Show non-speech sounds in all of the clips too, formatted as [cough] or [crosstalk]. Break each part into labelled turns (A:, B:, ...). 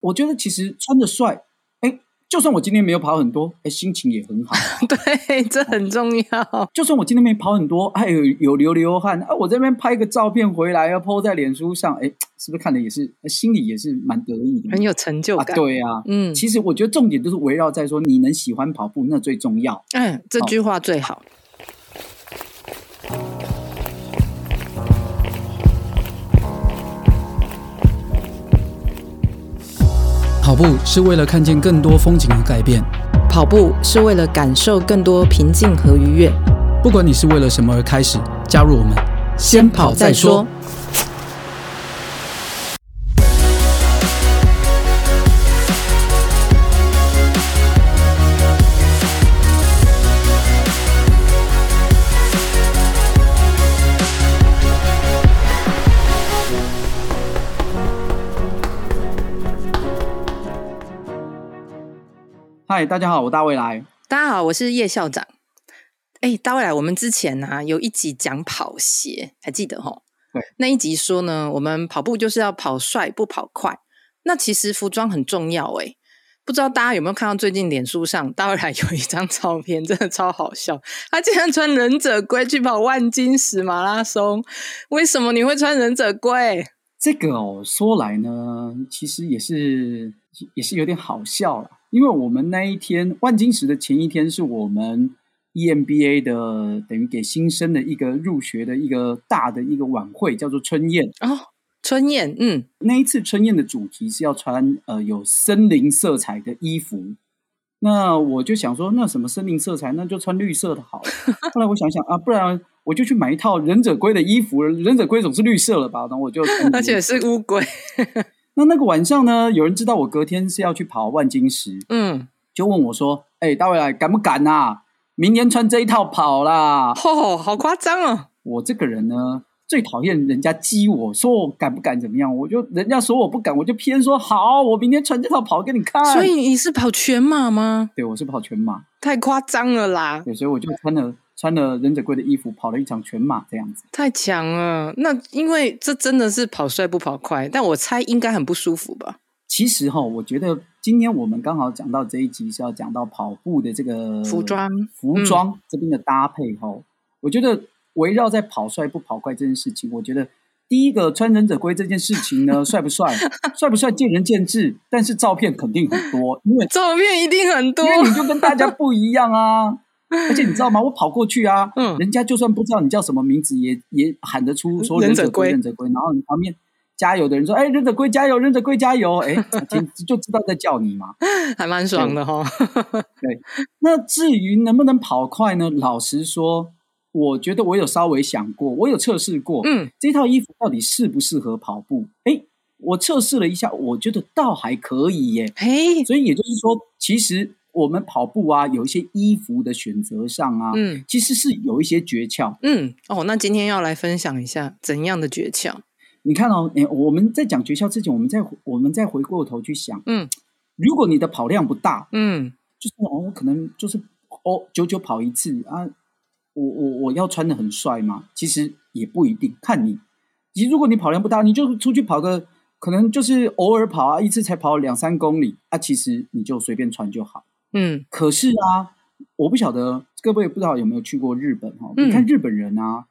A: 我觉得其实穿的帅，哎，就算我今天没有跑很多，哎，心情也很好。
B: [laughs] 对，这很重要。
A: 就算我今天没跑很多，哎，有有流流汗啊，我这边拍个照片回来要 po 在脸书上，哎，是不是看的也是哎心里也是蛮得意的
B: 很？有成就
A: 啊，
B: 感。
A: 对啊，
B: 嗯
A: 其实我觉得重点就是围绕在说你能喜欢跑步，那最重要。
B: 嗯，这句话最好。
C: 跑步是为了看见更多风景和改变。
D: 跑步是为了感受更多平静和愉悦。
C: 不管你是为了什么而开始，加入我们，先跑再说。
A: 嗨，大家好，我大未来。
B: 大家好，我是叶校长。哎，大未来，我们之前啊有一集讲跑鞋，还记得吼？
A: 对，
B: 那一集说呢，我们跑步就是要跑帅，不跑快。那其实服装很重要哎、不知道大家有没有看到最近脸书上， [laughs] 大未来有一张照片，真的超好笑。他竟然穿忍者龟去跑万金石马拉松，为什么你会穿忍者龟？
A: 这个哦，说来呢，其实也是也是有点好笑了，因为我们那一天万金石的前一天是我们 E EMBA 的等于给新生的一个入学的一个大的一个晚会，叫做春宴。
B: 哦，春燕，嗯，
A: 那一次春宴的主题是要穿呃有森林色彩的衣服，那我就想说，那什么森林色彩，那就穿绿色的好
B: [laughs]
A: 了。后来我想想啊，不然我就去买一套忍者龟的衣服，忍者龟总是绿色了吧？然后我就穿
B: [laughs] 而且是乌龟，
A: 那那个晚上呢，有人知道我隔天是要去跑万金石，
B: 嗯，
A: 就问我说：“哎、大卫来，敢不敢啊？明天穿这一套跑啦
B: 哦，好夸张哦。！”
A: 我这个人呢，最讨厌人家激我，说我敢不敢怎么样，我就人家说我不敢，我就偏说好，我明天穿这套跑给你看。
B: 所以，你是跑全马吗？
A: 对我是跑全马，
B: 太夸张了啦，
A: 对，所以我就穿了穿了忍者龟的衣服，跑了一场全马这样子。
B: 太强了。那因为这真的是跑帅不跑快，但我猜应该很不舒服吧？
A: 其实哈，我觉得今天我们刚好讲到这一集是要讲到跑步的这个
B: 服装
A: 服装这边的搭配哈、我觉得围绕在跑帅不跑快这件事情，我觉得第一个穿忍者龟这件事情 [laughs] 呢，帅不帅，帅不帅见仁见智，但是照片肯定很多，因为
B: 照片一定很多
A: 因，为你就跟大家不一样啊。 [laughs] 而且你知道吗？我跑过去啊，
B: 嗯
A: 人家就算不知道你叫什么名字，也也喊得出说忍
B: 忍者
A: 者龟，
B: 龟
A: 嗯忍者龟。然后你旁边加油的人说：“哎，忍者龟加油，忍者龟加油！” [laughs] 哎，简直就知道在叫你嘛。
B: 还蛮爽的哈、
A: 那至于能不能跑快呢？老实说，我觉得我有稍微想过，我有测试过，
B: 嗯，
A: 这套衣服到底适不适合跑步？哎，我测试了一下，我觉得倒还可以耶。
B: 嘿，
A: 所以也就是说，其实我们跑步啊，有一些衣服的选择上啊，
B: 嗯
A: 其实是有一些诀窍。
B: 嗯，哦，那今天要来分享一下怎样的诀窍？
A: 你看哦，诶我们在讲诀窍之前，我们再我们再回过头去想，
B: 嗯
A: 如果你的跑量不大，
B: 嗯，
A: 就是哦，我可能就是哦，久久跑一次啊，我我我要穿的很帅吗？其实也不一定，看你。其实如果你跑量不大，你就出去跑个，可能就是偶尔跑啊，一次才跑两三公里啊，其实你就随便穿就好。
B: 嗯
A: 可是啊，我不晓得各位不知道有没有去过日本哈、哦？
B: 嗯
A: 你看日本人啊，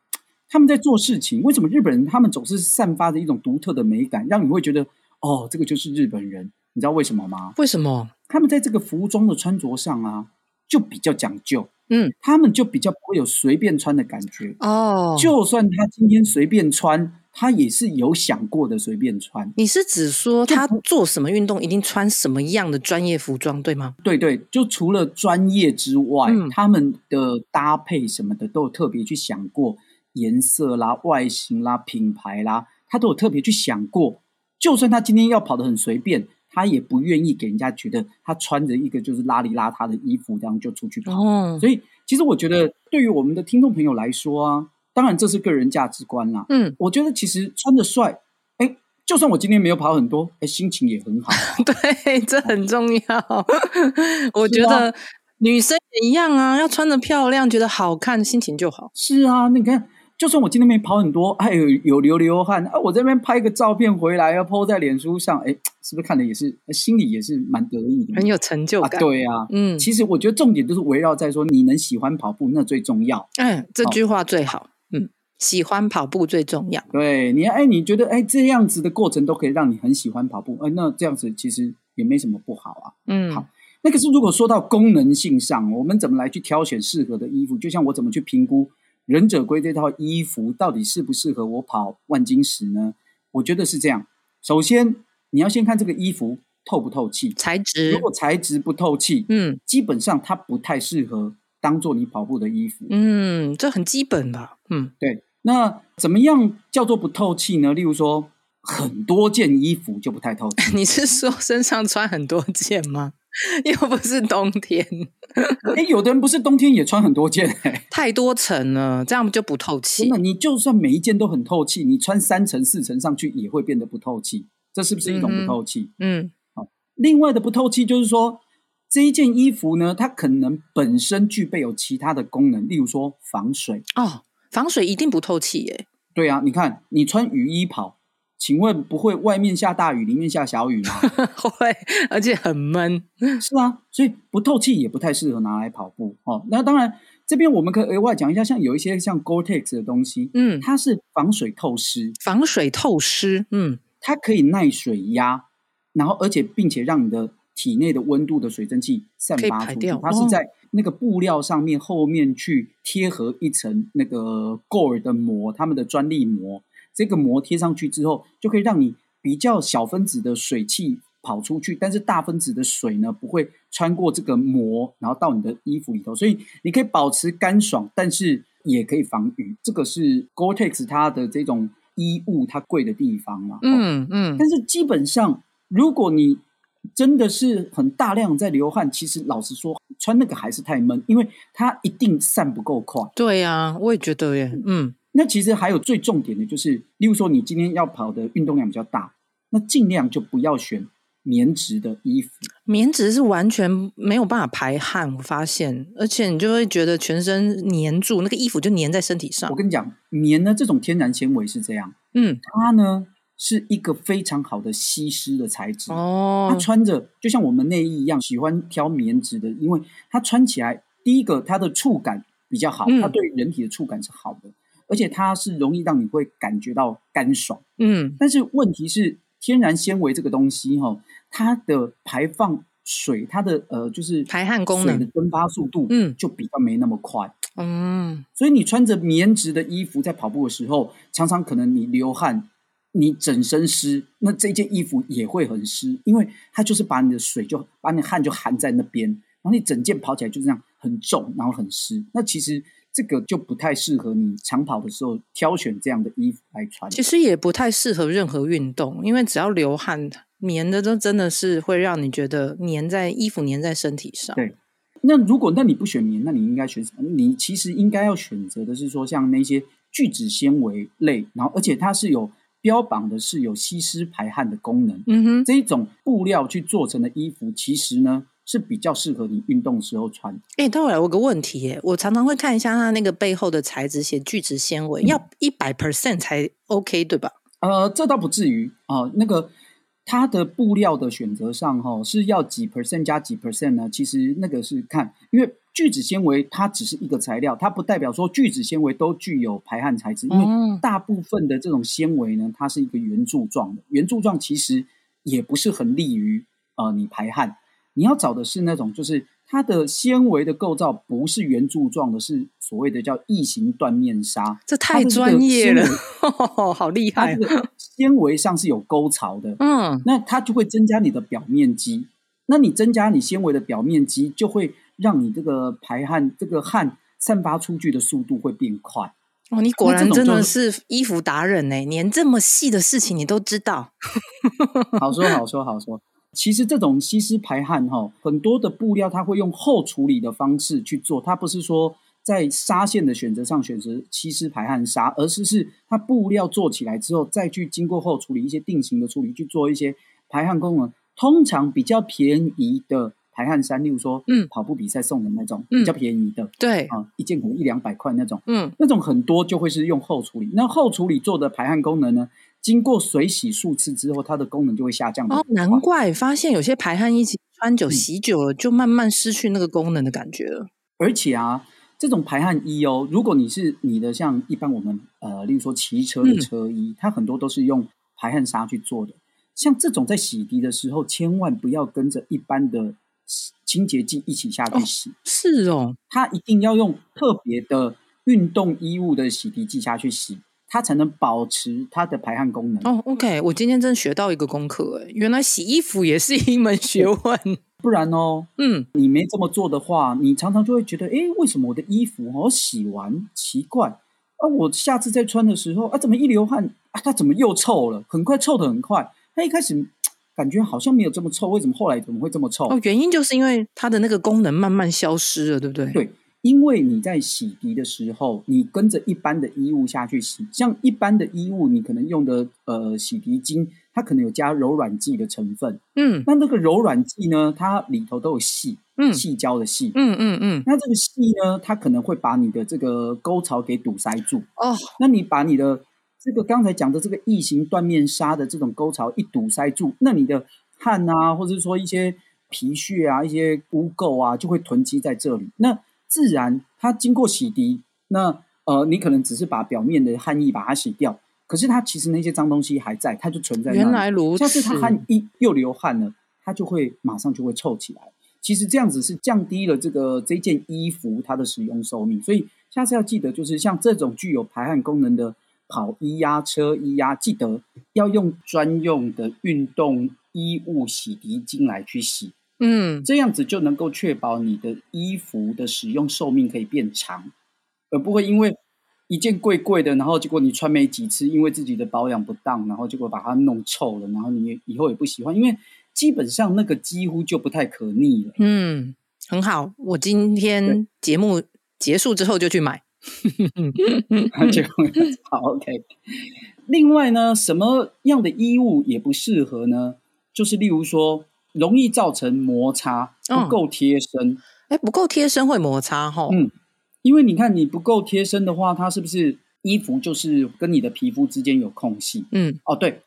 A: 他们在做事情，为什么日本人他们总是散发着一种独特的美感，让你会觉得哦，这个就是日本人？你知道为什么吗？
B: 为什么？
A: 他们在这个服装的穿着上啊，就比较讲究，
B: 嗯，
A: 他们就比较不会有随便穿的感觉。
B: 哦，
A: 就算他今天随便穿，他也是有想过的随便穿。
B: 你是指说
A: 就
B: 他
A: 不
B: 做什么运动一定穿什么样的专业服装，对吗？
A: 对对，就除了专业之外，
B: 嗯
A: 他们的搭配什么的都有特别去想过，颜色啦、外形啦、品牌啦，他都有特别去想过。就算他今天要跑得很随便，他也不愿意给人家觉得他穿着一个就是邋里邋遢的衣服，这样就出去跑。
B: 哦，
A: 所以，其实我觉得，对于我们的听众朋友来说啊，当然这是个人价值观啦。
B: 嗯，
A: 我觉得其实穿的帅，哎，就算我今天没有跑很多，哎，心情也很好。
B: [laughs] 对，这很重要。我觉得女生也一样啊，要穿的漂亮，觉得好看，心情就好。
A: 是啊，你看，就算我今天没跑很多，哎有有流流汗啊，我这边拍个照片回来要啊 po 在脸书上，哎，是不是看的也是心里也是蛮得意的？
B: 很有成就
A: 啊，
B: 感。
A: 对啊。
B: 嗯
A: 其实我觉得重点就是围绕在说你能喜欢跑步，那最重要。
B: 嗯，这句话最好。嗯，喜欢跑步最重要。
A: 对你，哎，你觉得哎这样子的过程都可以让你很喜欢跑步，哎，那这样子其实也没什么不好啊。
B: 嗯，
A: 好那可是如果说到功能性上，我们怎么来去挑选适合的衣服？就像我怎么去评估忍者龟这套衣服到底适不适合我跑万金石呢？我觉得是这样，首先你要先看这个衣服透不透气，
B: 材
A: 如
B: 质。
A: 果材质不透气，
B: 嗯
A: 基本上它不太适合当做你跑步的衣服。
B: 嗯，这很基本吧？嗯 [laughs]
A: 对，那怎么样叫做不透气呢？例如说，很多件衣服就不太
B: [laughs]
A: 透气。
B: 你是说身上穿很多件吗？ [laughs] 又不是冬天，
A: 哎，有的人不是冬天也穿很
B: [laughs]
A: 多件、哎。
B: 太多层了，这样就不透气
A: 真。的，你就算每一件都很透气，你穿三层、四层上去也会变得不透气，这是不是一种
B: 嗯哼
A: 不透气？
B: 嗯
A: 另外的不透气就是说，这一件衣服呢，它可能本身具备有其他的功能，例如说防水。
B: 哦，防水一定不透气耶。 [laughs]
A: 对啊，你看你穿雨衣跑，请问不会外面下大雨，里面下小雨吗？
B: 会，而且很闷。
A: 是啊，所以不透气也不太适合拿来跑步哦。那当然，这边我们可以额外讲一下，像有一些像 Gore-Tex 的东西，
B: 嗯，
A: 它是防水透湿，
B: 防水透湿。嗯
A: 它可以耐水压，然后而且并且让你的体内的温度的水蒸气散
B: 可以
A: 发
B: 排
A: 出去
B: 掉，
A: 它是
B: 哦
A: 在那个布料上面后面去贴合一层那个 Gore 的膜，他们的专利膜，这个膜贴上去之后，就可以让你比较小分子的水汽跑出去，但是大分子的水呢不会穿过这个膜，然后到你的衣服里头，所以你可以保持干爽，但是也可以防雨。这个是 Gore-Tex 它的这种衣物它贵的地方啦。哦
B: 嗯嗯，
A: 但是基本上，如果你真的是很大量在流汗，其实老实说，穿那个还是太闷，因为它一定散不够快。
B: 对呀、我也觉得耶。嗯
A: 那其实还有最重点的就是，例如说你今天要跑的运动量比较大，那尽量就不要选棉质的衣服。
B: 棉质是完全没有办法排汗，我发现，而且你就会觉得全身黏住，那个衣服就黏在身体上
A: 我。跟你讲，棉呢这种天然纤维是这样，
B: 嗯，
A: 它呢是一个非常好的吸湿的材质。它
B: 哦，
A: 穿着就像我们内衣一样，喜欢挑棉质的，因为它穿起来，第一个它的触感比较好，
B: 嗯
A: 它对人体的触感是好的，而且它是容易让你会感觉到干爽。
B: 嗯，
A: 但是问题是，天然纤维这个东西哈、哦，它的排放水，它的呃就是
B: 排汗功能
A: 水的蒸发速度，
B: 嗯
A: 就比较没那么快。
B: 嗯，
A: 所以你穿着棉质的衣服在跑步的时候，常常可能你流汗，你整身湿，那这件衣服也会很湿，因为它就是把你的水就把你的汗就含在那边，然后你整件跑起来就这样很重，然后很湿。那其实这个就不太适合你长跑的时候挑选这样的衣服来穿。
B: 其实也不太适合任何运动，因为只要流汗，棉的都真的是会让你觉得粘在衣服粘在身体上。
A: 对那如果那你不选棉，那你应该选什么？你其实应该要选择的是说，像那些聚酯纤维类，然后而且它是有标榜的是有吸湿排汗的功能。
B: 嗯哼，
A: 这一种布料去做成的衣服，其实呢是比较适合你运动时候穿。
B: 哎、待会儿我有个问题耶，我常常会看一下它那个背后的材质，写聚酯纤
A: 嗯
B: 维，要一百 percent 才 OK 对吧？
A: 呃，这倒不至于啊、那个它的布料的选择上、哈，是要几 percent 加几 percent 呢？其实那个是看，因为聚酯纤维它只是一个材料，它不代表说聚酯纤维都具有排汗材质，因为
B: 嗯
A: 大部分的这种纤维呢，它是一个圆柱状的，圆柱状其实也不是很利于呃你排汗。你要找的是那种就是它的纤维的构造不是圆柱状的，是所谓的叫异形断面纱。
B: 这
A: 它
B: 太
A: 的这个
B: 专业
A: 纤
B: 了
A: 维，
B: [laughs] 好厉
A: 它
B: 害哦
A: 这！个纤维上是有沟槽的，
B: 嗯，
A: 那它就会增加你的表面积。那你增加你纤维的表面积，就会让你这个排汗、这个汗散发出去的速度会变快。
B: 哦，你果
A: 那这
B: 然
A: 种
B: 真
A: 就
B: 的是衣服达人呢、连这么细的事情你都知道。
A: 好说好说好说。其实这种吸湿排汗哈、很多的布料它会用后处理的方式去做，它不是说在纱线的选择上选择吸湿排汗纱，而是是它布料做起来之后，再去经过后处理一些定型的处理，去做一些排汗功能。通常比较便宜的排排汗衫，例如说，
B: 嗯
A: 跑步比赛送的那种
B: 嗯
A: 比较便宜的
B: 对，
A: 啊、一件可能一两百块那种，
B: 嗯
A: 那种很多就会是用后处理。那后处理做的排汗功能呢，经过水洗数次之后，它的功能就会下降得
B: 哦，
A: 很快。
B: 难怪发现有些排汗衣其实穿久、
A: 嗯
B: 洗久了，就慢慢失去那个功能的感觉了。
A: 而且啊，这种排汗衣哦，如果你是你的像一般我们呃，例如说骑车
B: 嗯
A: 的车衣，它很多都是用排汗纱去做的。像这种在洗涤的时候，千万不要跟着一般的洗清洁剂一起下去洗，
B: 是哦，
A: 它一定要用特别的运动衣物的洗涤剂下去洗，它才能保持它的排汗功能。
B: 哦，OK，我今天真学到一个功课，哎，原来洗衣服也是一门学问。
A: 不然哦，
B: 嗯，
A: 你没这么做的话，你常常就会觉得，诶，为什么我的衣服哦洗完奇怪啊？我下次再穿的时候啊，怎么一流汗啊，它怎么又臭了？很快臭的很快。它一开始嘖感觉好像没有这么臭，为什么后来怎么会这么臭？
B: 哦，原因就是因为它的那个功能慢慢消失了，对不对？
A: 对因为你在洗涤的时候，你跟着一般的衣物下去洗，像一般的衣物，你可能用的呃洗涤精，它可能有加柔软剂的成分。
B: 嗯
A: 那那个柔软剂呢，它里头都有细
B: 嗯
A: 细胶的细，
B: 嗯嗯嗯，
A: 那这个细呢，它可能会把你的这个沟槽给堵塞住。
B: 哦，
A: 那你把你的这个刚才讲的这个异形断面纱的这种沟槽一堵塞住，那你的汗啊，或者是说一些皮屑啊、一些污垢啊，就会囤积在这里。那自然它经过洗涤，那呃，你可能只是把表面的汗液把它洗掉，可是它其实那些脏东西还在，它就存在那里。
B: 原来如
A: 下
B: 此
A: 次。他汗一又流汗了，他就会马上就会臭起来。其实这样子是降低了这个这件衣服它的使用寿命，所以下次要记得，就是像这种具有排汗功能的跑衣呀、车衣呀、记得要用专用的运动衣物洗涤精来去洗，
B: 嗯，
A: 这样子就能够确保你的衣服的使用寿命可以变长，而不会因为一件贵贵的，然后结果你穿没几次，因为自己的保养不当，然后结果把它弄臭了，然后你也以后也不喜欢，因为基本上那个几乎就不太可逆了。
B: 嗯，很好。我今天节目结束之后就去买。
A: 结婚好 OK。另外呢，什么样的衣物也不适合呢？就是例如说，容易造成摩擦，
B: 嗯
A: 不够贴身。
B: 哎，不够贴身会摩擦哈。
A: 嗯因为你看你不够贴身的话，它是不是衣服就是跟你的皮肤之间有空隙？
B: 嗯
A: 哦，对，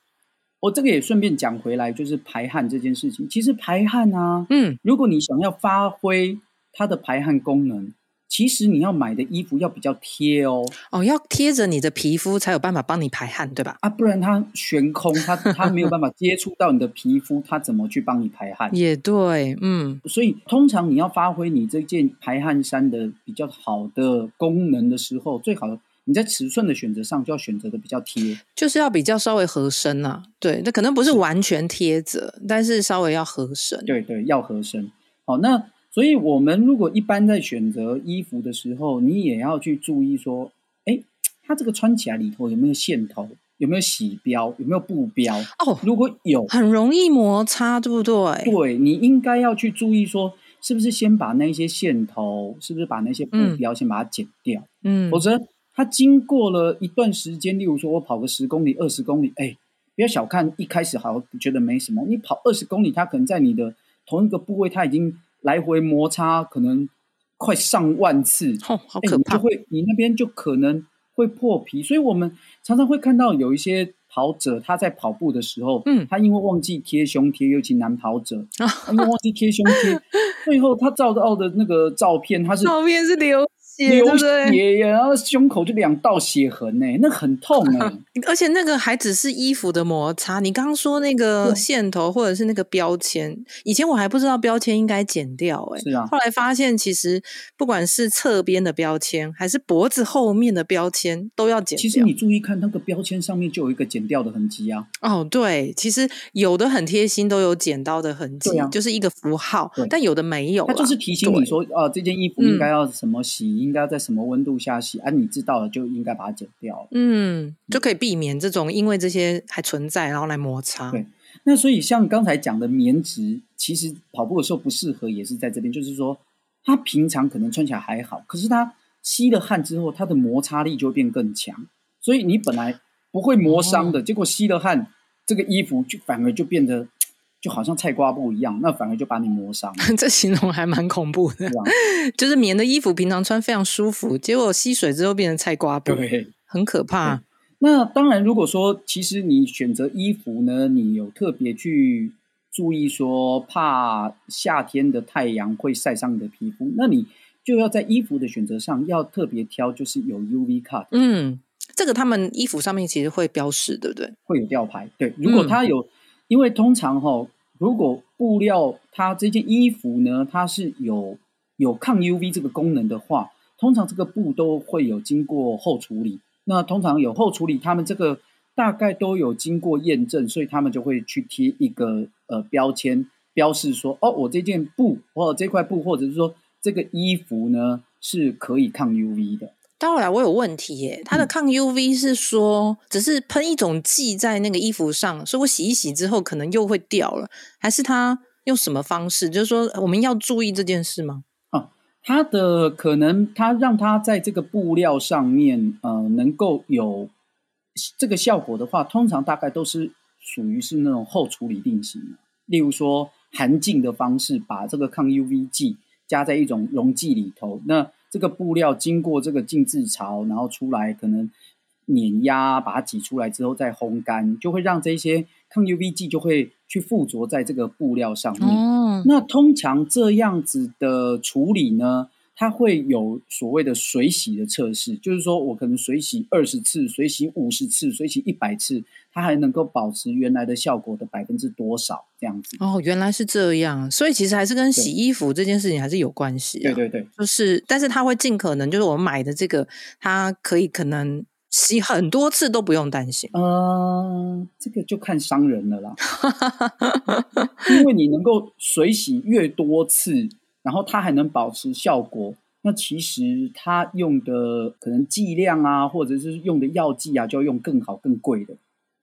A: 我这个也顺便讲回来，就是排汗这件事情。其实排汗啊，
B: 嗯
A: 如果你想要发挥它的排汗功能，其实你要买的衣服要比较贴哦，
B: 哦，要贴着你的皮肤才有办法帮你排汗，对吧？
A: 啊，不然它悬空，它它没有办法接触到你的皮肤，它怎么去帮你排汗？
B: 也对，嗯
A: 所以，通常你要发挥你这件排汗衫的比较好的功能的时候，最好你在尺寸的选择上就要选择的比较贴。
B: 就是要比较稍微合身啊，对，那可能不是完全贴着，但是稍微要合身。
A: 对对，要合身。好，那所以我们如果一般在选择衣服的时候，你也要去注意说，哎，它这个穿起来里头有没有线头，有没有洗标，有没有布标？
B: 哦，
A: 如果有，
B: 很容易摩擦，对不对？
A: 对你应该要去注意说，是不是先把那些线头，是不是把那些布
B: 嗯
A: 标先把它剪掉。
B: 嗯
A: 否则它经过了一段时间，例如说我跑个十公里、二十公里，哎，不要小看一开始好像觉得没什么，你跑二十公里，它可能在你的同一个部位，它已经来回摩擦，可能快上万次，
B: 哦，好
A: 哎
B: 可
A: 你就
B: 怕。
A: 会你那边就可能会破皮，所以我们常常会看到有一些跑者他在跑步的时候，
B: 嗯
A: 他因为忘记贴胸贴，尤其男跑
B: [laughs]
A: 者，他因为忘记贴胸贴，最后他照到的那个照片，他是
B: 照片是流血，对
A: 流
B: 不对？
A: 血呀，然后胸口就两道血痕呢、那很
B: [laughs]
A: 痛哎、
B: 而且那个还只是衣服的摩擦。你刚刚说那个
A: 对
B: 线头或者是那个标签，以前我还不知道标签应该剪掉、欸，
A: 是啊
B: 后来发现其实不管是侧边的标签，还是脖子后面的标签，都要剪掉。
A: 其实你注意看那个标签上面就有一个剪掉的痕迹啊，
B: 哦，对，其实有的很贴心，都有剪刀的痕迹，
A: 对啊
B: 就是一个符号
A: 对，
B: 但有的没有啦。
A: 它就是提醒你
B: 对嗯
A: 说，啊，这件衣服应该要什么洗，应该要在什么温度下洗啊，你知道了就应该把它剪掉了。
B: 嗯，就可以避免这种因为这些还存在，然后来摩擦。
A: 对那所以像刚才讲的棉质，其实跑步的时候不适合，也是在这边，就是说它平常可能穿起来还好，可是它吸了汗之后，它的摩擦力就会变更强，所以你本来不会磨伤的，结果吸了汗，这个衣服就反而就变得就好像菜瓜布一样，那反而就把你磨伤了。
B: [laughs] 这形容还蛮恐怖的
A: 对。啊，
B: [laughs] 就是棉的衣服平常穿非常舒服，结果吸水之后变成菜瓜布，
A: 对。
B: 很可怕。
A: 那当然，如果说其实你选择衣服呢，你有特别去注意说怕夏天的太阳会晒伤你的皮肤，那你就要在衣服的选择上要特别挑，就是有 UV cut
B: 嗯，这个他们衣服上面其实会标示，对不对？
A: 会有吊牌。对，如果它有，因为通常哈、如果布料它这件衣服呢，它是有有抗 UV 这个功能的话，通常这个布都会有经过后处理。那通常有后处理，他们这个大概都有经过验证，所以他们就会去贴一个呃标签，标示说哦，我这件布或者这块布，或者是说这个衣服呢是可以抗 UV 的。
B: 到后来我有问题耶，
A: 嗯
B: 它的抗 UV 是说只是喷一种剂在那个衣服上，所以我洗一洗之后可能又会掉了，还是它用什么方式？就是说我们要注意这件事吗？
A: 它的可能，它让它在这个布料上面，呃，能够有这个效果的话，通常大概都是属于是那种后处理定型的，例如说含浸的方式，把这个抗 UV 剂加在一种溶剂里头，那这个布料经过这个浸渍槽，然后出来可能碾压，把它挤出来之后再烘干，就会让这些抗 UV 剂就会去附着在这个布料上面。
B: 哦，
A: 那通常这样子的处理呢，它会有所谓的水洗的测试，就是说我可能水洗二十次、水洗五十次、水洗一百次，它还能够保持原来的效果的百分之多少这样子。
B: 哦，原来是这样，所以其实还是跟洗衣服这件事情还是有关系、啊。
A: 对对对，
B: 就是，但是他会尽可能，就是我买的这个，他可以可能洗很多次都不用担心。
A: 呃，这个就看商人了啦，因为你能够水洗越多次，然后它还能保持效果，那其实它用的可能剂量啊，或者是用的药剂啊，就要用更好、更贵的，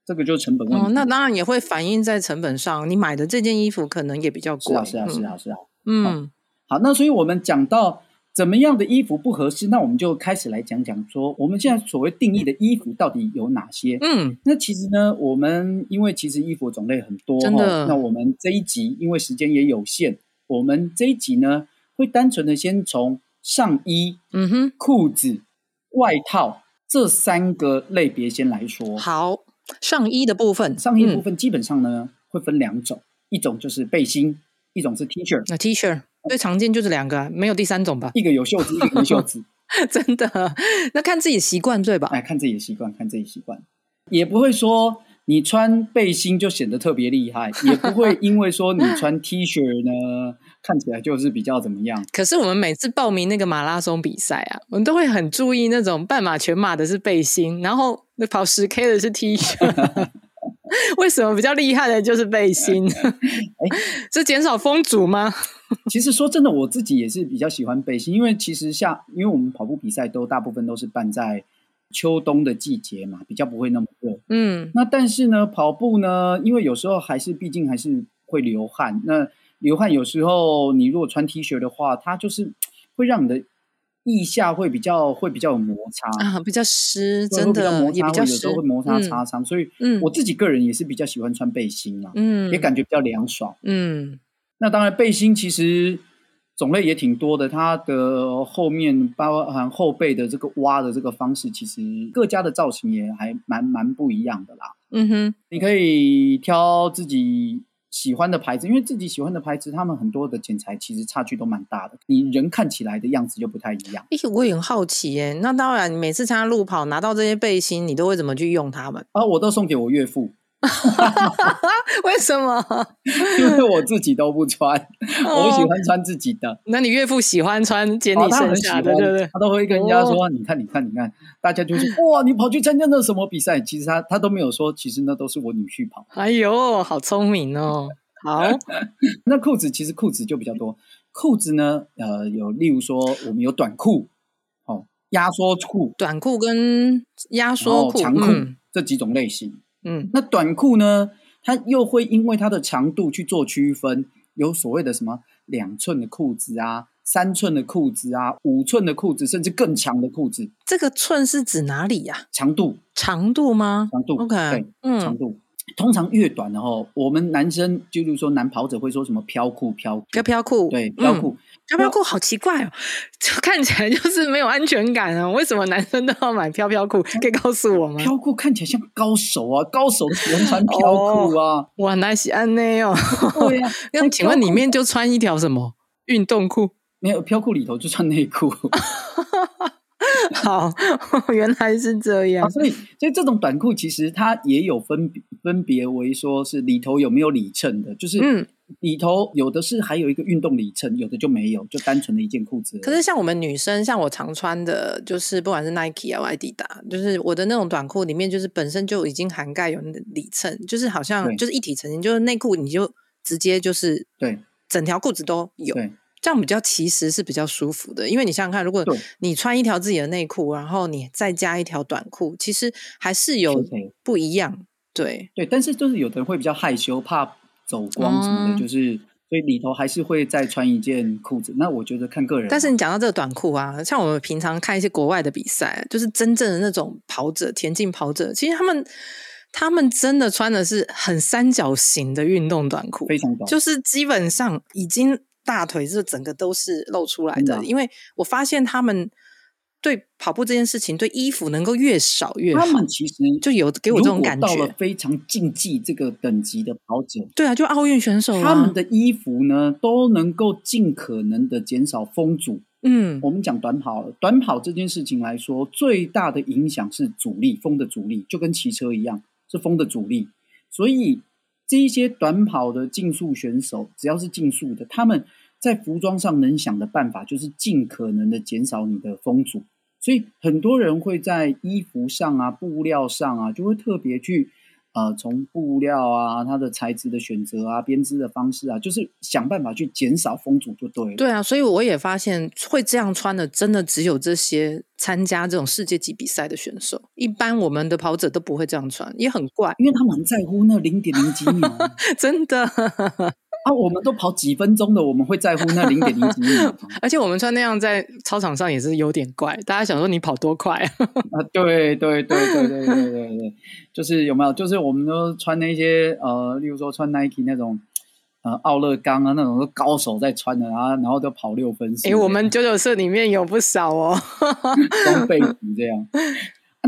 A: 这个就是成本问题。
B: 哦，那当然也会反映在成本上。你买的这件衣服可能也比较
A: 是
B: 贵。
A: 啊，是啊，是啊，是啊。
B: 嗯。
A: 好
B: 嗯，
A: 好，那所以我们讲到怎么样的衣服不合适，那我们就开始来讲讲说，我们现在所谓定义的衣服到底有哪些？
B: 嗯，
A: 那其实呢，我们因为其实衣服种类很多、哦，
B: 真的
A: 那我们这一集因为时间也有限，我们这一集呢会单纯的先从上衣、
B: 嗯哼，
A: 裤子、外套这三个类别先来说。
B: 好，上衣的部分，
A: 哦上衣部
B: 嗯、
A: 分基本上呢、会分两种，一种就是背心，一种是 T 恤，
B: 嗯那 T 恤最常见就是两个啊、没有第三种吧？ [laughs]
A: 一个有袖子，一个没袖子。
B: 真的，那看自己习惯对吧？
A: 哎，看自己的习惯，看自己习惯，也不会说你穿背心就显得特别厉害，也不会因为说你穿 T 恤呢看起来就是比较怎么样。
B: 可是我们每次报名那个马拉松比赛啊，我们都会很注意那种半马、全马的是背心，然后那跑十 K 的是 T 恤。 [laughs] 为什么比较厉害的就是背心？ [laughs] 是减少风阻吗？
A: 其实说真的，我自己也是比较喜欢背心，因为其实像因为我们跑步比赛都大部分都是办在秋冬的季节嘛，比较不会那么热。
B: 嗯，
A: 那但是呢，跑步呢，因为有时候还是毕竟还是会流汗。那流汗有时候你如果穿 T 恤的话，它就是会让你的腋下会比较会比较有摩擦，
B: 啊，比较湿，
A: 对
B: 真的
A: 会比
B: 也
A: 较摩擦，
B: 比较
A: 会有
B: 湿
A: 时候会，摩擦擦伤。所以
B: 嗯
A: 我自己个人也是比较喜欢穿背心啦，
B: 嗯
A: 也感觉比较凉爽。
B: 嗯
A: 那当然，背心其实种类也挺多的，它的后面包含后背的这个挖的这个方式，其实各家的造型也还蛮蛮不一样的啦。
B: 嗯哼，
A: 你可以挑自己喜欢的牌子，因为自己喜欢的牌子，他们很多的剪裁其实差距都蛮大的，你人看起来的样子就不太一样。
B: 诶、我也很好奇耶。那当然，你每次参加路跑拿到这些背心，你都会怎么去用它们？ [laughs]
A: 啊，我都送给我岳父， [laughs]
B: 为什么？
A: 因为我自己都不穿，我喜欢穿自己的。
B: 那你岳父喜欢穿捡
A: 哦
B: 哦你
A: 他
B: 剩
A: 很喜
B: 下
A: 欢
B: 的，对不对，？哦
A: 他都会跟人家说：“啊你看，你看，你看。”大家就说：“哇，你跑去参加那什么比赛？”其实他他都没有说，其实那都是我女婿跑。
B: 哎呦，好聪明哦！好，
A: 那裤子其实裤子就比较多，裤子呢，呃，有例如说我们有短裤，哦，压缩裤，
B: 短裤跟压
A: 然
B: 缩
A: 后
B: 裤，
A: 哦长裤、
B: 嗯
A: 这几种类型。
B: 嗯
A: 那短裤呢，它又会因为它的长度去做区分，有所谓的什么两寸的裤子啊、三寸的裤子啊、五寸的裤子，甚至更长的裤子，
B: 这个寸是指哪里呀、
A: 长度、
B: 长度吗
A: 长度
B: ？OK，
A: 对，长
B: 嗯
A: 度。通常越短的哦，我们男生就是说男跑者会说什么飘裤飘裤，
B: 飘飘裤，
A: 对飘
B: 嗯
A: 裤，
B: 飘飘裤好奇怪哦，就看起来就是没有安全感啊！为什么男生都要买飘飘裤？可以告诉我吗？
A: 哦飘裤看起来像高手啊，高手都喜欢穿飘裤啊，
B: 哇，那是安
A: [laughs]
B: 内哦。
A: 对
B: [laughs]
A: 啊，
B: 那哦请问里面就穿一条什么运
A: [laughs]
B: 动裤？
A: 没有飘裤里头就穿内裤，
B: 好， [laughs] 原来是这样
A: 啊，。所以所以这种短裤其实它也有分别分别为说是里头有没有里衬的，就是
B: 嗯，
A: 里头有的是还有一个运动里衬，有的就没有，就单纯的一件裤子而已。
B: 可是像我们女生，像我常穿的，就是不管是 Nike 啊、或 Adidas，就是我的那种短裤里面，就是本身就已经涵盖有里衬，就是好像
A: 对
B: 就是一体成型，就是内裤你就直接就是
A: 对
B: 整条裤子都有。
A: 对
B: 这样比较其实是比较舒服的，因为你想想看，如果
A: 对
B: 你穿一条自己的内裤，然后你再加一条短裤，其实还是有
A: 是可以
B: 不一样。对，
A: 对，但是就是有的人会比较害羞，怕走光什么的，
B: 哦
A: 就是所以里头还是会再穿一件裤子。那我觉得看个人啊，
B: 但是你讲到这个短裤啊，像我们平常看一些国外的比赛，就是真正的那种跑者、田径跑者，其实他们他们真的穿的是很三角形的运动短裤，
A: 非常短，
B: 就是基本上已经大腿是整个都是露出来
A: 真的
B: 的，
A: 啊
B: 因为我发现他们对跑步这件事情，对衣服能够越少越
A: 他。
B: 好
A: 们其实
B: 就有给我这种感觉
A: 如果到了非常竞技这个等级的跑者，
B: 对啊，就奥运选手、啊，
A: 他们的衣服呢都能够尽可能的减少风阻。
B: 嗯，
A: 我们讲短跑，短跑这件事情来说，最大的影响是阻力，风的阻力，就跟骑车一样，是风的阻力。所以这一些短跑的竞速选手，只要是竞速的，他们在服装上能想的办法，就是尽可能的减少你的风阻。所以很多人会在衣服上啊、布料上啊，就会特别去呃，从布料啊、它的材质的选择啊、编织的方式啊，就是想办法去减少风阻就对了。
B: 对啊，所以我也发现会这样穿的，真的只有这些参加这种世界级比赛的选手。一般我们的跑者都不会这样穿，也很怪， [laughs]
A: 因为他们很在乎那零点零几秒啊
B: 真的。
A: 啊，我们都跑几分钟的，我们会在乎那零点零几
B: [laughs]
A: 秒吗
B: 而且我们穿那样在操场上也是有点怪，大家想说你跑多快？
A: 啊？对对对对对对对对，就是有没有？就是我们都穿那些呃，例如说穿 Nike 那种呃奥勒冈啊那种都高手在穿的，然后然后都跑六分四
B: 诶、我们九九社里面有不少哦。
A: 装备服这样。啊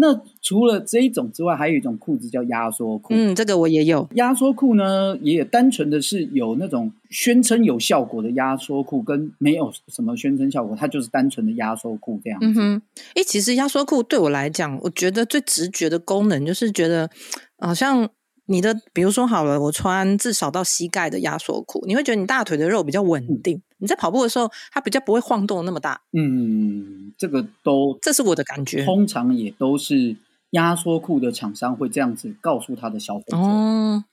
A: 那除了这一种之外，还有一种裤子叫压缩裤。
B: 嗯，这个我也有。
A: 压缩裤呢，也有单纯的是有那种宣称有效果的压缩裤，跟没有什么宣称效果，它就是单纯的压缩裤这样子。
B: 嗯哼，诶，其实压缩裤对我来讲，我觉得最直觉的功能就是觉得，好像你的，比如说好了，我穿至少到膝盖的压缩裤，你会觉得你大腿的肉比较稳定，你在跑步的时候，它比较不会晃动那么大，
A: 嗯，这个都
B: 这是我的感觉。
A: 通常也都是压缩裤的厂商会这样子告诉他的消费者。
B: 哦，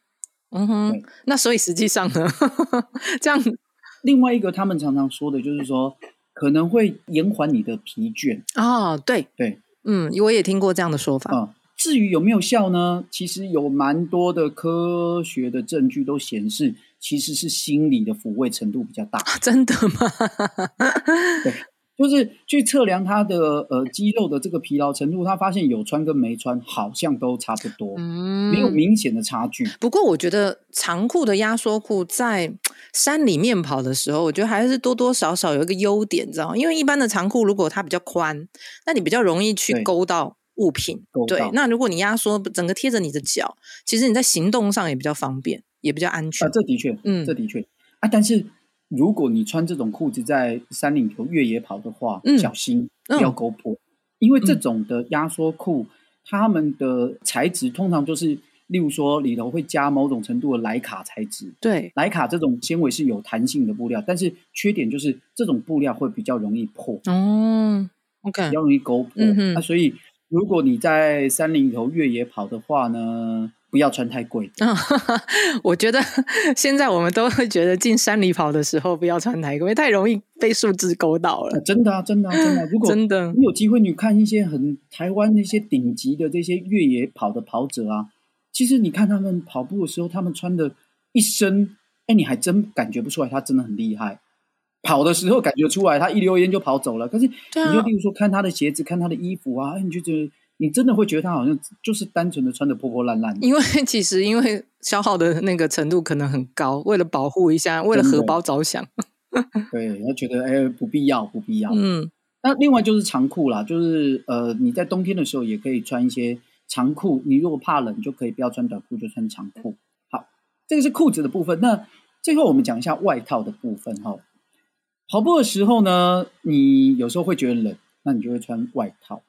B: 嗯哼
A: 对，
B: 那所以实际上呢， [laughs] 这样
A: 另外一个，他们常常说的就是说，可能会延缓你的疲倦。
B: 啊、哦，对
A: 对，
B: 嗯，我也听过这样的说法。
A: 啊、至于有没有效呢？其实有蛮多的科学的证据都显示，其实是心理的抚慰程度比较大。
B: [laughs] 真的吗？
A: 就是去测量他的呃肌肉的这个疲劳程度，他发现有穿跟没穿好像都差不多，
B: 嗯，
A: 没有明显的差距。
B: 不过我觉得长裤的压缩裤在山里面跑的时候，我觉得还是多多少少有一个优点，你知道吗？因为一般的长裤如果它比较宽，那你比较容易去
A: 对
B: 勾到物品。
A: 勾
B: 对，
A: 到
B: 那如果你压缩整个贴着你的脚，其实你在行动上也比较方便，也比较安全。
A: 啊，这的确，
B: 嗯
A: 这的确啊。但是如果你穿这种裤子在山岭头越野跑的话，
B: 嗯
A: 小心不
B: 嗯
A: 要勾破，因为这种的压缩裤，它们的材质通常就是，例如说里头会加某种程度的莱卡材质。
B: 对，
A: 莱卡这种纤维是有弹性的布料，但是缺点就是这种布料会比较容易破。
B: 哦，OK，
A: 比较容易勾破。
B: 嗯哼
A: 那所以如果你在山林里头越野跑的话呢，不要穿太贵。
B: 啊， [laughs] 我觉得现在我们都会觉得进山里跑的时候不要穿台裤，因为太容易被树枝勾到
A: 啊
B: 了。
A: 真的啊，真的啊，真的啊、如果
B: 呃嗯真的，
A: 你有机会，你看一些很台湾那些顶级的这些越野跑的跑者啊，其实你看他们跑步的时候，他们穿的一身，哎，你还真感觉不出来，他真的很厉害。跑的时候感觉出来，他一溜烟就跑走了。可是你
B: 对啊
A: 就例如说看他的鞋子，看他的衣服啊，哎你就觉得你真的会觉得他好像就是单纯的穿的破破烂烂的。
B: 因为 [laughs] 其实因为消耗的那个程度可能很高，为了保护一下，为了
A: 哦
B: 荷包着想，
A: 对，他觉得哎不必要，不必要。
B: 嗯，
A: 那另外就是长裤啦，就是呃你在冬天的时候也可以穿一些长裤，你如果怕冷就可以不要穿短裤，就穿长裤。好，这个是裤子的部分。那最后我们讲一下外套的部分哈。跑步的时候呢，你有时候会觉得冷，那你就会穿外套。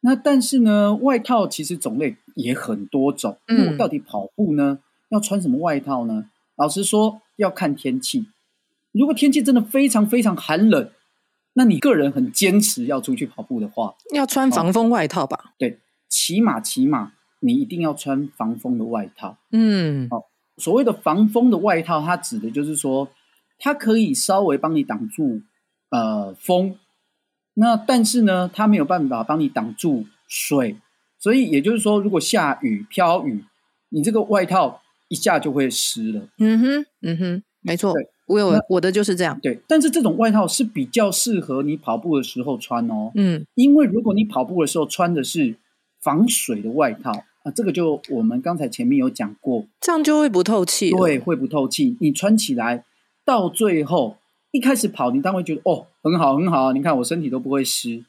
A: 那但是呢，外套其实种类也很多种。
B: 嗯
A: 那我到底跑步呢，要穿什么外套呢？老实说，要看天气。如果天气真的非常非常寒冷，那你个人很坚持要出去跑步的话，
B: 要穿防风外套吧？
A: 起码起码你一定要穿防风的外套。
B: 嗯，
A: 所谓的防风的外套，它指的就是说，它可以稍微帮你挡住呃风，那但是呢，它没有办法帮你挡住水，所以也就是说，如果下雨飘雨，你这个外套一下就会湿了。
B: 嗯哼，嗯哼，没错
A: 对，
B: 我有
A: 那
B: 我的就是这样。
A: 对，但是这种外套是比较适合你跑步的时候穿哦，
B: 嗯，
A: 因为如果你跑步的时候穿的是防水的外套啊，这个就我们刚才前面有讲过，
B: 这样就会不透气。，
A: 对，会不透气。你穿起来到最后，一开始跑，你当然会觉得哦，很好很好啊，你看我身体都不会湿。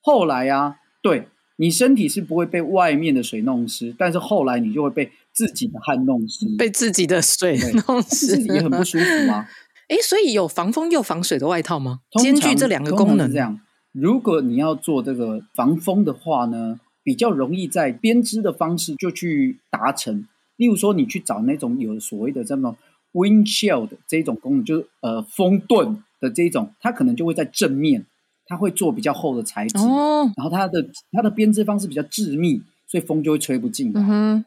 A: 后来啊，对你身体是不会被外面的水弄湿，但是后来你就会被自己的汗弄湿，
B: 被自己的水
A: 对
B: 弄
A: 自
B: 湿，
A: 己也很不
B: [laughs]
A: 舒服啊。
B: 哎，所以有防风又防水的外套吗？
A: 通
B: 兼具
A: 常
B: 这两个
A: 通常
B: 功
A: 是
B: 能
A: 这。样，如果你要做这个防风的话呢，比较容易在编织的方式就去达成。例如说，你去找那种有所谓的这种 windshield 这种功能，就是呃风盾的这种，它可能就会在正面，它会做比较厚的材质，
B: 哦，
A: 然后它的它的编织方式比较致密，所以风就会吹不进来。
B: 嗯哼，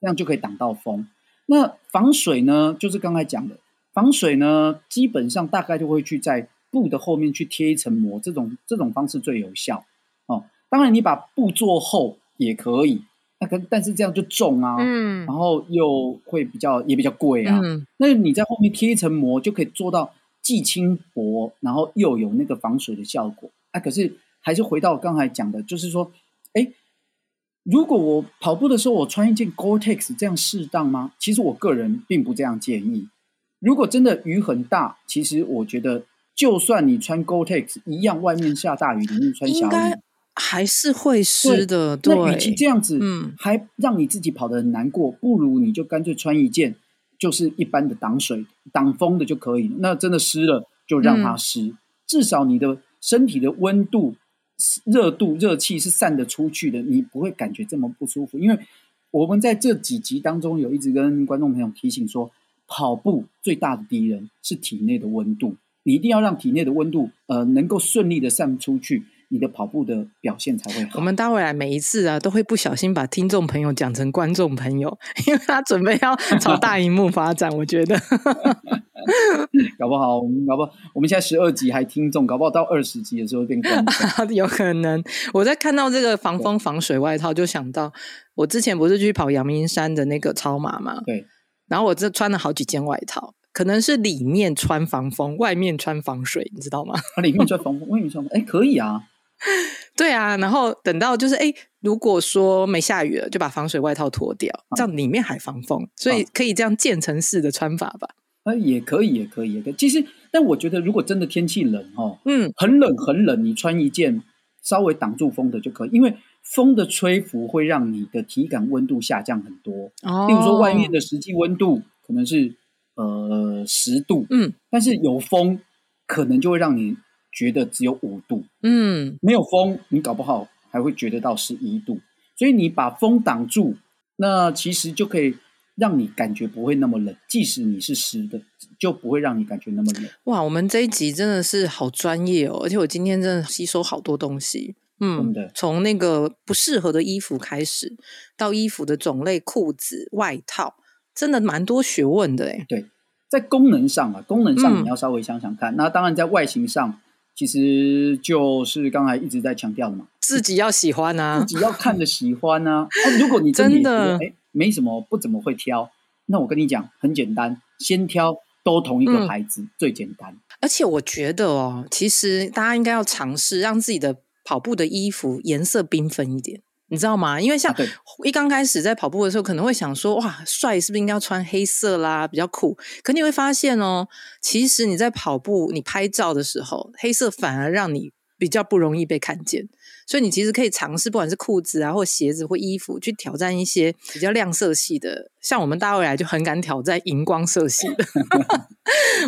A: 这样就可以挡到风。那防水呢，就是刚才讲的防水呢，基本上大概就会去在布的后面去贴一层膜，这种这种方式最有效哦。当然，你把布做厚也可以，那跟但是这样就重啊，
B: 嗯
A: 然后又会比较也比较贵啊。
B: 嗯，
A: 那你在后面贴一层膜，就可以做到既轻薄，然后又有那个防水的效果。啊，可是还是回到我刚才讲的，就是说，哎，如果我跑步的时候我穿一件 Gore-Tex，这样适当吗？其实我个人并不这样建议。如果真的雨很大，其实我觉得，就算你穿 Gore-Tex，一样外面下大雨，里面穿小
B: 应
A: 雨
B: 该。还是会湿的。对，
A: 那与其这样子，
B: 嗯
A: 还让你自己跑得很难过，不如你就干脆穿一件就是一般的挡水、挡风的就可以了。那真的湿了，就让它湿，至少你的身体的温度、热度、热气是散得出去的，你不会感觉这么不舒服。因为我们在这几集当中有一直跟观众朋友提醒说，跑步最大的敌人是体内的温度。你一定要让体内的温度，呃，能够顺利的散出去，你的跑步的表现才会好。
B: 我们待会来每一次啊，都会不小心把听众朋友讲成观众朋友，因为他准备要朝大荧幕发展。我觉得 [laughs]
A: 搞不好我们搞不好我们现在十二集还听众，搞不好到二十集的时候会变观众。
B: 有可能，我在看到这个防风防水外套，就想到我之前不是去跑阳明山的那个超马嘛，
A: 对，
B: 然后我这穿了好几件外套，可能是里面穿防风，外面穿防水，你知道吗？ [laughs]
A: 它里面穿防风，外面穿防，哎，可以啊，
B: 对啊，然后等到就是哎，诶如果说没下雨了，就把防水外套脱掉，这样里面还防风，所以可以这样渐层式的穿法吧。
A: 啊也可以，也可以，也可以。其实，但我觉得如果真的天气冷哦，
B: 嗯，
A: 很冷很冷，你穿一件稍微挡住风的就可以，因为风的吹拂会让你的体感温度下降很多。
B: 哦
A: 例如说，外面的实际温度可能是呃十度，
B: 嗯
A: 但是有风可能就会让你觉得只有五度。
B: 嗯
A: 没有风，你搞不好还会觉得到十一度。所以你把风挡住，那其实就可以让你感觉不会那么冷，即使你是湿的，就不会让你感觉那么冷。
B: 哇，我们这一集真的是好专业哦，而且我今天真的吸收好多东西。嗯
A: 真的，
B: 从那个不适合的衣服开始，到衣服的种类、裤子、外套，真的蛮多学问的哎。
A: 在功能上啊，功能上
B: 嗯
A: 你要稍微想想看。那当然，在外形上，其实就是刚才一直在强调的嘛，
B: 自己要喜欢啊，
A: 自己要看的喜欢
B: [laughs]
A: 啊。啊如果你真的也觉得
B: 真的
A: 哎没什么，不怎么会挑，那我跟你讲，很简单，先挑都同一个
B: 嗯
A: 牌子、最简单。
B: 而且我觉得哦，其实大家应该要尝试让自己的跑步的衣服颜色缤纷一点，你知道吗？因为像
A: 啊对
B: 一刚开始在跑步的时候，可能会想说，哇，帅是不是应该要穿黑色啦，比较酷？可你会发现哦，其实你在跑步、你拍照的时候，黑色反而让你比较不容易被看见。所以你其实可以尝试，不管是裤子啊，或鞋子或衣服，去挑战一些比较亮色系的。像我们大未来就很敢挑战荧光色系的。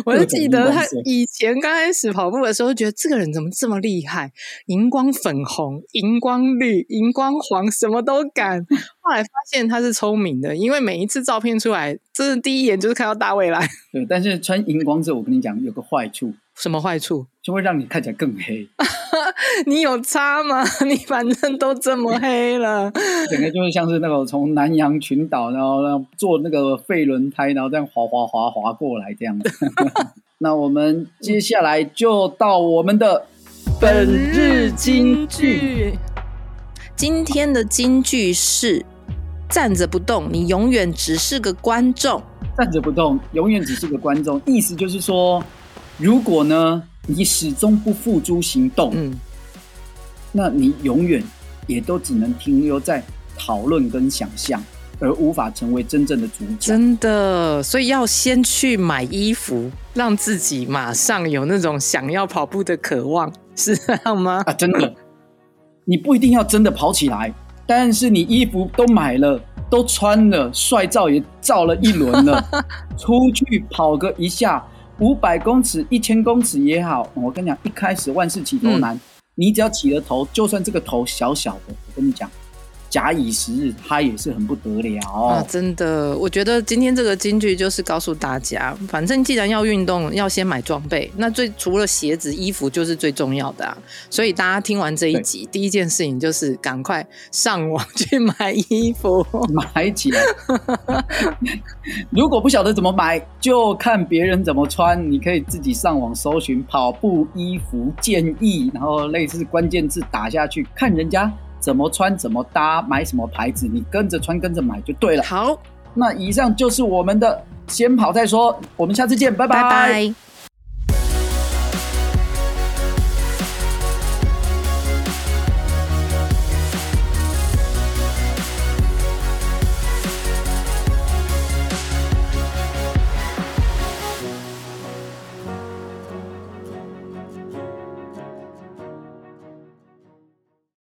B: 我就记得他以前刚开始跑步的时候，觉得这个人怎么这么厉害，荧光粉红、荧光绿、荧光黄，什么都敢。后来发现他是聪明的，因为每一次照片出来，真的第一眼就是看到大未来。 [laughs]
A: 对，但是穿荧光色，我跟你讲有个坏处，
B: 什么坏处？ [laughs]
A: 就会让你看起来更黑，
B: 你有差吗？ [laughs] 你反正都这么黑了。
A: 整个就会像是那个从南洋群岛，然后让坐那个废轮胎，然后这样滑滑滑滑过来这样。 [laughs] 那我们接下来就到我们的本日金句。，
B: 今天的金句是：站着不动，你永远只是个观众。
A: 站着不动，永远只是个观众。意思就是说，如果呢你始终不付诸行动，
B: 嗯，
A: 那你永远也都只能停留在讨论跟想象，而无法成为真正的主角。
B: 真的，所以要先去买衣服，让自己马上有那种想要跑步的渴望，是这样吗？
A: 啊，真的，你不一定要真的跑起来，但是你衣服都买了，都穿了，帅照也照了一轮了，出去跑个一下，五百公尺、一千公尺也好，我跟你讲，一开始万事起头难，你只要起了头，就算这个头小小的，我跟你讲，假以时日，它也是很不得了。
B: 啊，真的，我觉得今天这个金句就是告诉大家，反正既然要运动，要先买装备。那最除了鞋子、衣服，就是最重要的啊。所以大家听完这一
A: 对
B: 集，第一件事情就是赶快上网去买衣服。
A: 买起来。 [laughs] 如果不晓得怎么买，就看别人怎么穿。你可以自己上网搜寻跑步衣服建议，然后类似关键字打下去，看人家怎么穿、怎么搭、买什么牌子，你跟着穿、跟着买就对了。
B: 好，
A: 那以上就是我们的先跑再说，我们下次见，拜
B: 拜拜